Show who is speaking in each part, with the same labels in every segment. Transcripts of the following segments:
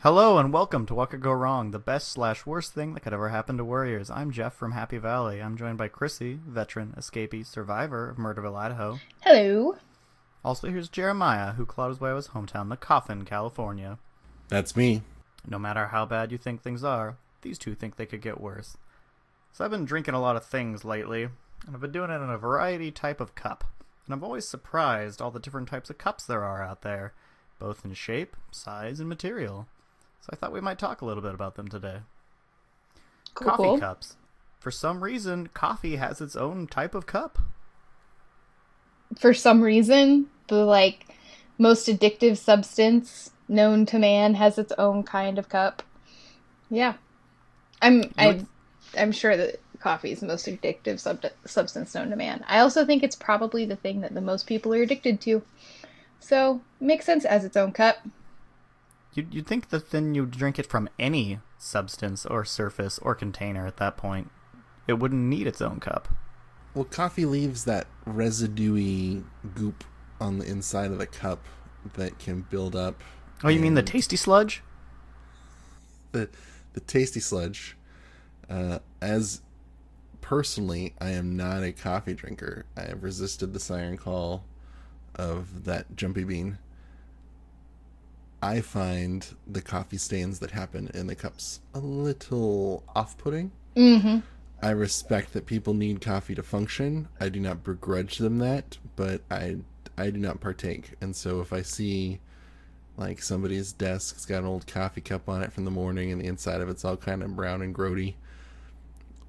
Speaker 1: Hello and welcome to What Could Go Wrong, the best slash worst thing that could ever happen to Warriors. I'm Jeff from Happy Valley. I'm joined by Chrissy, veteran, escapee, survivor of Murderville, Idaho.
Speaker 2: Hello.
Speaker 1: Also, here's Jeremiah, who clawed his way to his hometown, The Coffin, California.
Speaker 3: That's me.
Speaker 1: No matter how bad you think things are, these two think they could get worse. So I've been drinking a lot of things lately, and I've been doing it in a variety type of cup. And I'm always surprised all the different types of cups there are out there, both in shape, size, and material. So I thought we might talk a little bit about them today.
Speaker 2: Cool,
Speaker 1: coffee
Speaker 2: cool.
Speaker 1: cups. For some reason, coffee has its own type of cup.
Speaker 2: For some reason, the like most addictive substance known to man has its own kind of cup. Yeah. I'm I
Speaker 1: would-
Speaker 2: I'm sure that coffee is the most addictive sub- substance known to man. I also think it's probably the thing that the most people are addicted to. So, makes sense as its own cup.
Speaker 1: You'd, you'd think that then you'd drink it from any substance or surface or container at that point. It wouldn't need its own cup.
Speaker 3: Well, coffee leaves that residuey goop on the inside of the cup that can build up.
Speaker 1: Oh, you
Speaker 2: Mm.
Speaker 1: mean the
Speaker 3: and
Speaker 1: tasty sludge?
Speaker 3: the the tasty sludge? Uh, as personally, I am not a coffee drinker. I have resisted the siren call of that jumpy bean. I find the coffee stains that happen in the cups a little off-putting.
Speaker 2: Mhm.
Speaker 3: I respect that people need coffee to function. I do not begrudge them that, but I I do not partake. And so if I see like somebody's desk's got an old coffee cup on it from the morning and the inside of it's all kind of brown and grody,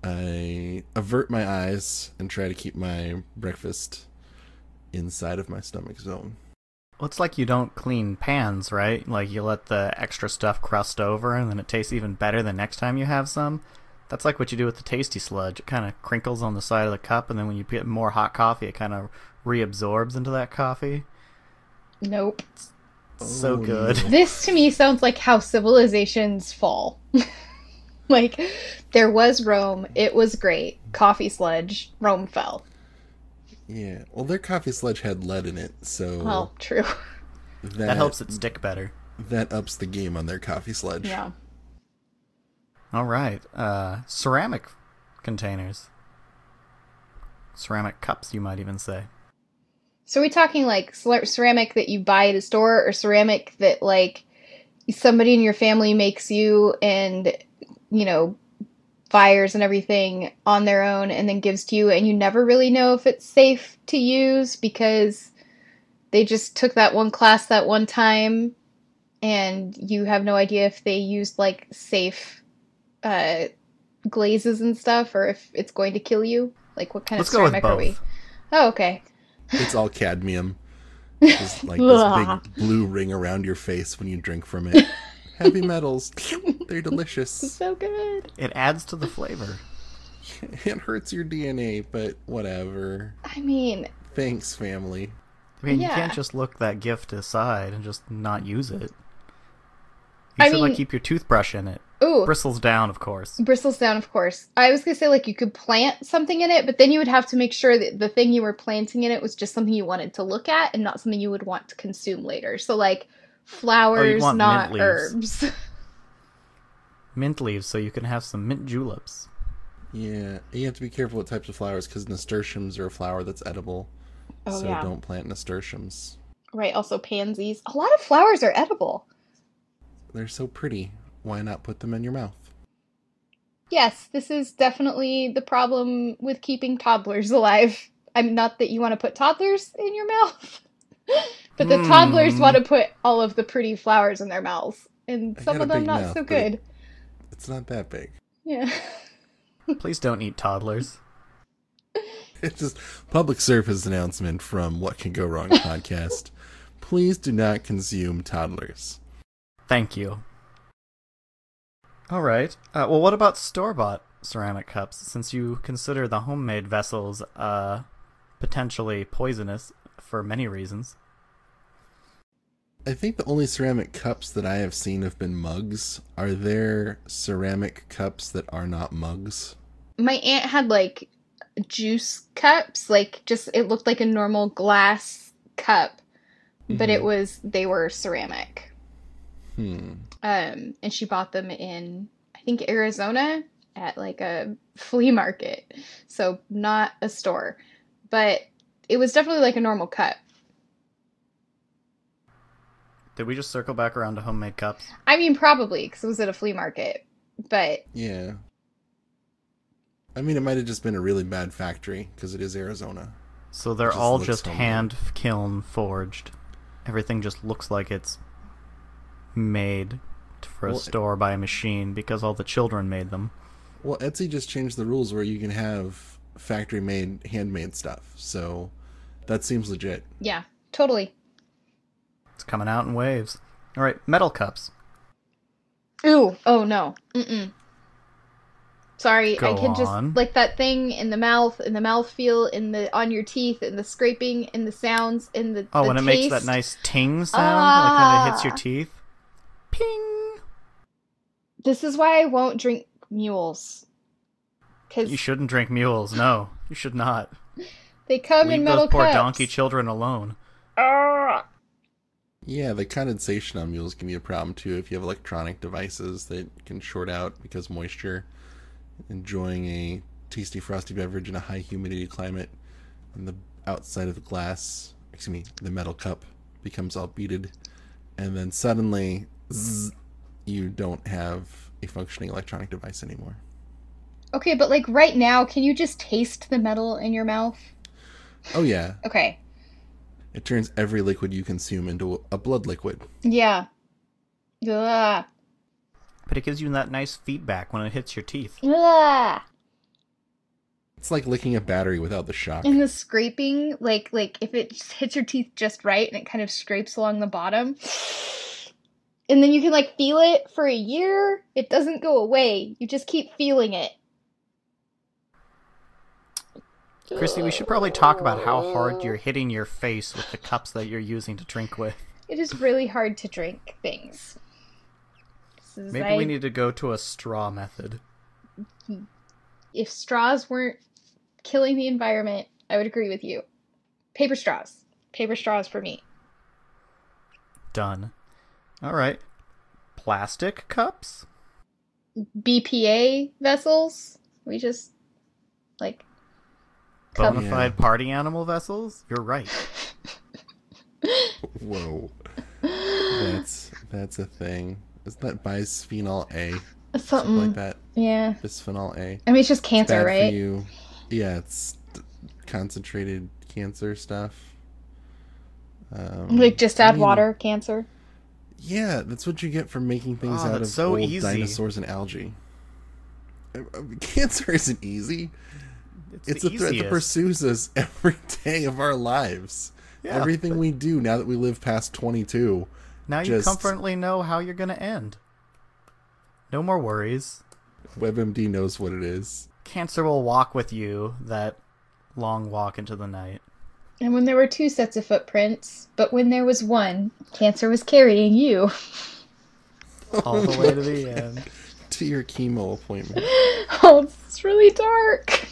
Speaker 3: I avert my eyes and try to keep my breakfast inside of my stomach zone.
Speaker 1: Well, it's like you don't clean pans, right? Like you let the extra stuff crust over and then it tastes even better the next time you have some. That's like what you do with the tasty sludge. It kind of crinkles on the side of the cup, and then when you get more hot coffee, it kind of reabsorbs into that coffee.
Speaker 2: Nope.
Speaker 1: So
Speaker 3: Oh,
Speaker 1: good.
Speaker 3: no.
Speaker 2: This to me sounds like how civilizations fall. like there was Rome, it was great. Coffee sludge, Rome fell.
Speaker 3: Yeah. Well, their coffee sludge had lead in it, so
Speaker 2: Well, true.
Speaker 3: that,
Speaker 1: That
Speaker 2: Mm.
Speaker 1: helps it stick better.
Speaker 3: That ups the game on their coffee sludge.
Speaker 2: Yeah.
Speaker 1: All right. Uh, ceramic containers. Ceramic cups, you might even say.
Speaker 2: So are we talking like cer- ceramic that you buy at a store or ceramic that like somebody in your family makes you and you know fires and everything on their own and then gives to you and you never really know if it's safe to use because they just took that one class that one time and you have no idea if they used like safe uh glazes and stuff or if it's going to kill you like what kind
Speaker 1: Let's
Speaker 2: of
Speaker 1: go with
Speaker 2: ceramic are we
Speaker 1: both.
Speaker 2: oh okay
Speaker 3: It's all cadmium. Just like this big blue ring around your face when you drink from it. Heavy metals. They're delicious.
Speaker 2: so good
Speaker 1: It adds to the flavor.
Speaker 3: It hurts your DNA, but whatever.
Speaker 2: I mean,
Speaker 3: Thanks, family.
Speaker 1: I mean, you
Speaker 2: Yeah.
Speaker 1: can't just look that gift aside and just not use it. You
Speaker 2: I
Speaker 1: should like
Speaker 2: mean-
Speaker 1: keep your toothbrush in it.
Speaker 2: ooh,
Speaker 1: Bristles down, of course.
Speaker 2: bristles down, of course. I was gonna say like you could plant something in it, but then you would have to make sure that the thing you were planting in it was just something you wanted to look at and not something you would want to consume later. So like flowers,
Speaker 1: Oh, want mint
Speaker 2: not
Speaker 1: leaves.
Speaker 2: herbs.
Speaker 1: Mint leaves, so you can have some mint juleps.
Speaker 3: Yeah, you have to be careful what types of flowers because nasturtiums are a flower that's edible.
Speaker 2: Oh,
Speaker 3: so
Speaker 2: yeah.
Speaker 3: don't plant nasturtiums.
Speaker 2: right. Also pansies. A lot of flowers are edible.
Speaker 3: They're so pretty. Why not put them in your mouth?
Speaker 2: Yes, this is definitely the problem with keeping toddlers alive. I mean, not that you want to put toddlers in your mouth, but the toddlers
Speaker 1: Hmm.
Speaker 2: want to put all of the pretty flowers in their mouths, and
Speaker 3: I
Speaker 2: some
Speaker 3: got
Speaker 2: of
Speaker 3: a
Speaker 2: them
Speaker 3: big
Speaker 2: not
Speaker 3: mouth,
Speaker 2: so
Speaker 3: but it-
Speaker 2: good.
Speaker 3: It's not that big.
Speaker 2: Yeah.
Speaker 1: Please don't eat toddlers.
Speaker 3: It's just public service announcement from What Can Go Wrong podcast. Please do not consume toddlers.
Speaker 1: Thank you. All right. Uh, well, what about store bought ceramic cups, since you consider the homemade vessels uh, potentially poisonous for many reasons.
Speaker 3: I think the only ceramic cups that I have seen have been mugs. Are there ceramic cups that are not mugs?
Speaker 2: My aunt had like juice cups, like just it looked like a normal glass cup, but
Speaker 3: Mm-hmm.
Speaker 2: it was they were ceramic.
Speaker 3: Hmm.
Speaker 2: Um, and she bought them in I think Arizona at like a flea market, so not a store, but it was definitely like a normal cup.
Speaker 1: Did we just circle back around to homemade cups?
Speaker 2: I mean, probably because it was at a flea market, but
Speaker 3: Yeah. I mean, it might have just been a really bad factory because it is Arizona.
Speaker 1: So they're
Speaker 3: Just
Speaker 1: all
Speaker 3: looks
Speaker 1: just
Speaker 3: homemade.
Speaker 1: hand kiln forged. Everything just looks like it's made for a
Speaker 3: Well, it-
Speaker 1: store by a machine because all the children made them.
Speaker 3: Well, Etsy just changed the rules where you can have factory made, handmade stuff. So that seems legit.
Speaker 2: yeah, totally.
Speaker 1: It's coming out in waves. All right, metal cups.
Speaker 2: Ooh, oh no. Mm-mm. Sorry, I
Speaker 1: Go
Speaker 2: can
Speaker 1: on.
Speaker 2: just like that thing in the mouth, in the mouth feel, in the on your teeth, in the scraping, in the sounds, in the
Speaker 1: Oh,
Speaker 2: the
Speaker 1: and it makes that
Speaker 2: taste.
Speaker 1: nice ting sound like when it hits your
Speaker 2: Ah.
Speaker 1: teeth. Ping.
Speaker 2: This is why I won't drink mules.
Speaker 1: You
Speaker 2: Because
Speaker 1: shouldn't drink mules. No, you should not.
Speaker 2: they come
Speaker 1: Leave
Speaker 2: in metal
Speaker 1: those poor
Speaker 2: cups.
Speaker 1: donkey children alone.
Speaker 2: Ah.
Speaker 3: Yeah, the condensation on mules can be a problem too if you have electronic devices that can short out because moisture. Enjoying a tasty frosty beverage in a high humidity climate, and the outside of the glass, excuse me, the metal cup becomes all beaded, and then suddenly, zzz, you don't have a functioning electronic device anymore.
Speaker 2: Okay, but like right now, can you just taste the metal in your mouth?
Speaker 3: Oh yeah,
Speaker 2: Okay.
Speaker 3: it turns every liquid you consume into a blood liquid.
Speaker 2: Yeah. Ugh.
Speaker 1: But it gives you that nice feedback when it hits your teeth.
Speaker 2: Ugh.
Speaker 3: It's like licking a battery without the shock.
Speaker 2: And the scraping, like like if it just hits your teeth just right and it kind of scrapes along the bottom. And then you can like feel it for a year. It doesn't go away. You just keep feeling it.
Speaker 1: Christy, we should probably talk about how hard you're hitting your face with the cups that you're using to drink with.
Speaker 2: It is really hard to drink things. This is
Speaker 1: Maybe
Speaker 2: like-
Speaker 1: we need to go to a straw method.
Speaker 2: if straws weren't killing the environment, I would agree with you. Paper straws. Paper straws for me.
Speaker 1: Done. All right. Plastic cups?
Speaker 2: BPA vessels. We just like Cup.
Speaker 1: Bona fide party animal vessels? You're right.
Speaker 3: Whoa. That's that's a thing. Isn't that bisphenol A?
Speaker 2: Hmm.
Speaker 3: Something
Speaker 2: something
Speaker 3: like that.
Speaker 2: Yeah.
Speaker 3: Bisphenol A.
Speaker 2: I mean, it's just cancer,
Speaker 3: Bad
Speaker 2: right?
Speaker 3: for you. Yeah, it's d- concentrated cancer stuff. Um,
Speaker 2: Like, just
Speaker 3: I
Speaker 2: add
Speaker 3: mean,
Speaker 2: water, cancer.
Speaker 3: Yeah, that's what you get for making things
Speaker 1: Oh,
Speaker 3: out of
Speaker 1: that's so
Speaker 3: old
Speaker 1: easy.
Speaker 3: dinosaurs and algae. Uh, uh, Cancer isn't easy. It's,
Speaker 1: the
Speaker 3: a threat that
Speaker 1: easiest.
Speaker 3: pursues us every day of our lives.
Speaker 1: Yeah,
Speaker 3: Everything we do now that we live past 22
Speaker 1: Now you
Speaker 3: just-
Speaker 1: confidently know how you're going to end. No more worries.
Speaker 3: WebMD knows what it is.
Speaker 1: Cancer will walk with you that long walk into the night.
Speaker 2: And when there were two sets of footprints, but when there was one, cancer was carrying you.
Speaker 1: All the way to the end.
Speaker 3: To your chemo appointment.
Speaker 2: Oh, it's really dark.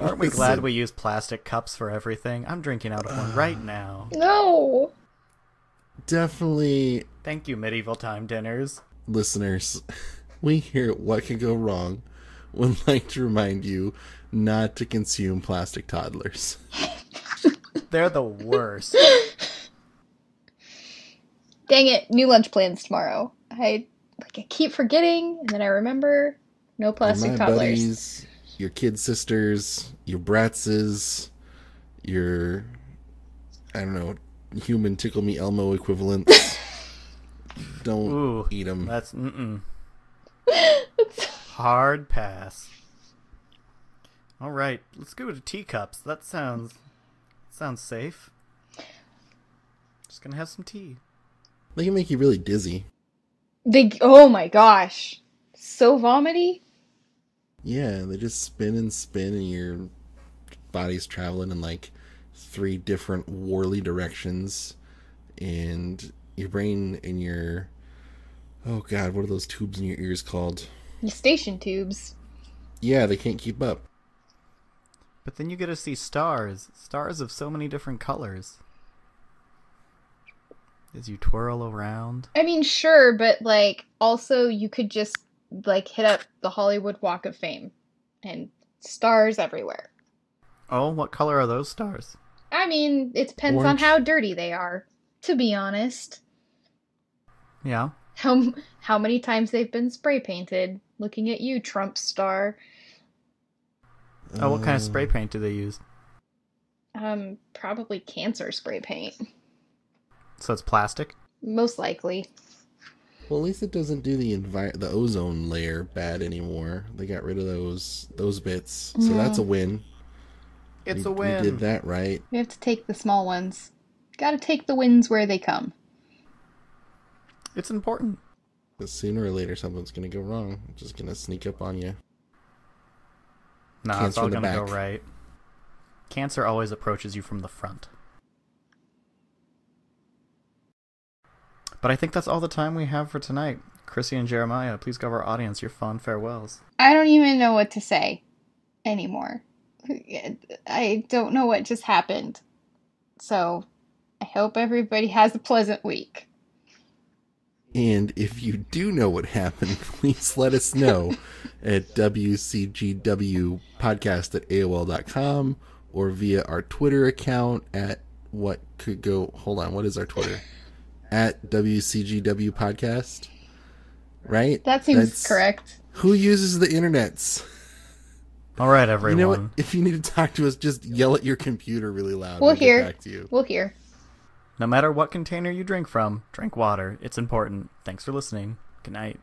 Speaker 1: Aren't we glad we use plastic cups for everything? I'm drinking out of one right now.
Speaker 2: No.
Speaker 3: Definitely,
Speaker 1: Thank you, medieval time dinners.
Speaker 3: listeners, we hear what could go wrong. Would like to remind you not to consume plastic toddlers.
Speaker 1: They're the worst.
Speaker 2: Dang it! New lunch plans tomorrow. I like I keep forgetting, and then I remember. No plastic
Speaker 3: My
Speaker 2: toddlers.
Speaker 3: buddies, your kid sisters, your bratses, your, I don't know, human tickle me Elmo equivalents. Don't
Speaker 1: Ooh,
Speaker 3: eat them.
Speaker 1: That's mm-mm. Hard pass. All right, let's go to teacups. That sounds sounds safe. Just gonna have some tea.
Speaker 3: They can make you really dizzy.
Speaker 2: They. Oh my gosh. So vomity.
Speaker 3: Yeah, they just spin and spin, and your body's traveling in like three different whirly directions, and your brain and your oh god, what are those tubes in your ears called?
Speaker 2: Station tubes.
Speaker 3: Yeah, they can't keep up.
Speaker 1: But then you get to see stars, stars of so many different colors. As you twirl around,
Speaker 2: I mean, sure, but like also you could just like hit up the Hollywood Walk of Fame and stars everywhere.
Speaker 1: oh, what color are those stars?
Speaker 2: I mean, it depends on
Speaker 3: Orange.
Speaker 2: how dirty they are, to be honest.
Speaker 1: Yeah,
Speaker 2: How how many times they've been spray painted? Looking at you, Trump star.
Speaker 1: Oh, what kind of
Speaker 3: Uh,
Speaker 1: spray paint do they use?
Speaker 2: Um, probably cancer spray paint,
Speaker 1: So it's plastic?
Speaker 2: most likely.
Speaker 3: Well, at least it doesn't do the envi- the ozone layer bad anymore. They got rid of those those bits, so that's a win.
Speaker 1: It's
Speaker 3: We-
Speaker 1: a win.
Speaker 3: We did that right.
Speaker 2: We have to take the small ones. Got to take the wins where they come.
Speaker 1: It's important.
Speaker 3: But sooner or later, something's gonna go wrong. It's just gonna sneak up on you.
Speaker 1: Nah, it's
Speaker 3: Cancer
Speaker 1: all
Speaker 3: in the
Speaker 1: gonna go
Speaker 3: back.
Speaker 1: right. Cancer always approaches you from the front. But I think that's all the time we have for tonight. Chrissy and Jeremiah, please give our audience your fond farewells.
Speaker 2: I don't even know what to say anymore. I don't know what just happened. So, I hope everybody has a pleasant week.
Speaker 3: And if you do know what happened, please let us know at wcgwpodcast at aol.com or via our Twitter account at what could go. Hold on, what is our Twitter? At wcgw podcast, right?
Speaker 2: That seems
Speaker 3: That's-
Speaker 2: correct.
Speaker 3: Who uses the internets?
Speaker 1: All right,
Speaker 3: You
Speaker 1: everyone.
Speaker 3: know what? If you need to talk to us, just yell at your computer really loud.
Speaker 2: We'll
Speaker 3: get
Speaker 2: hear.
Speaker 3: back to you.
Speaker 2: We'll hear.
Speaker 1: No matter what container you drink from, drink water. It's important. Thanks for listening. Good night.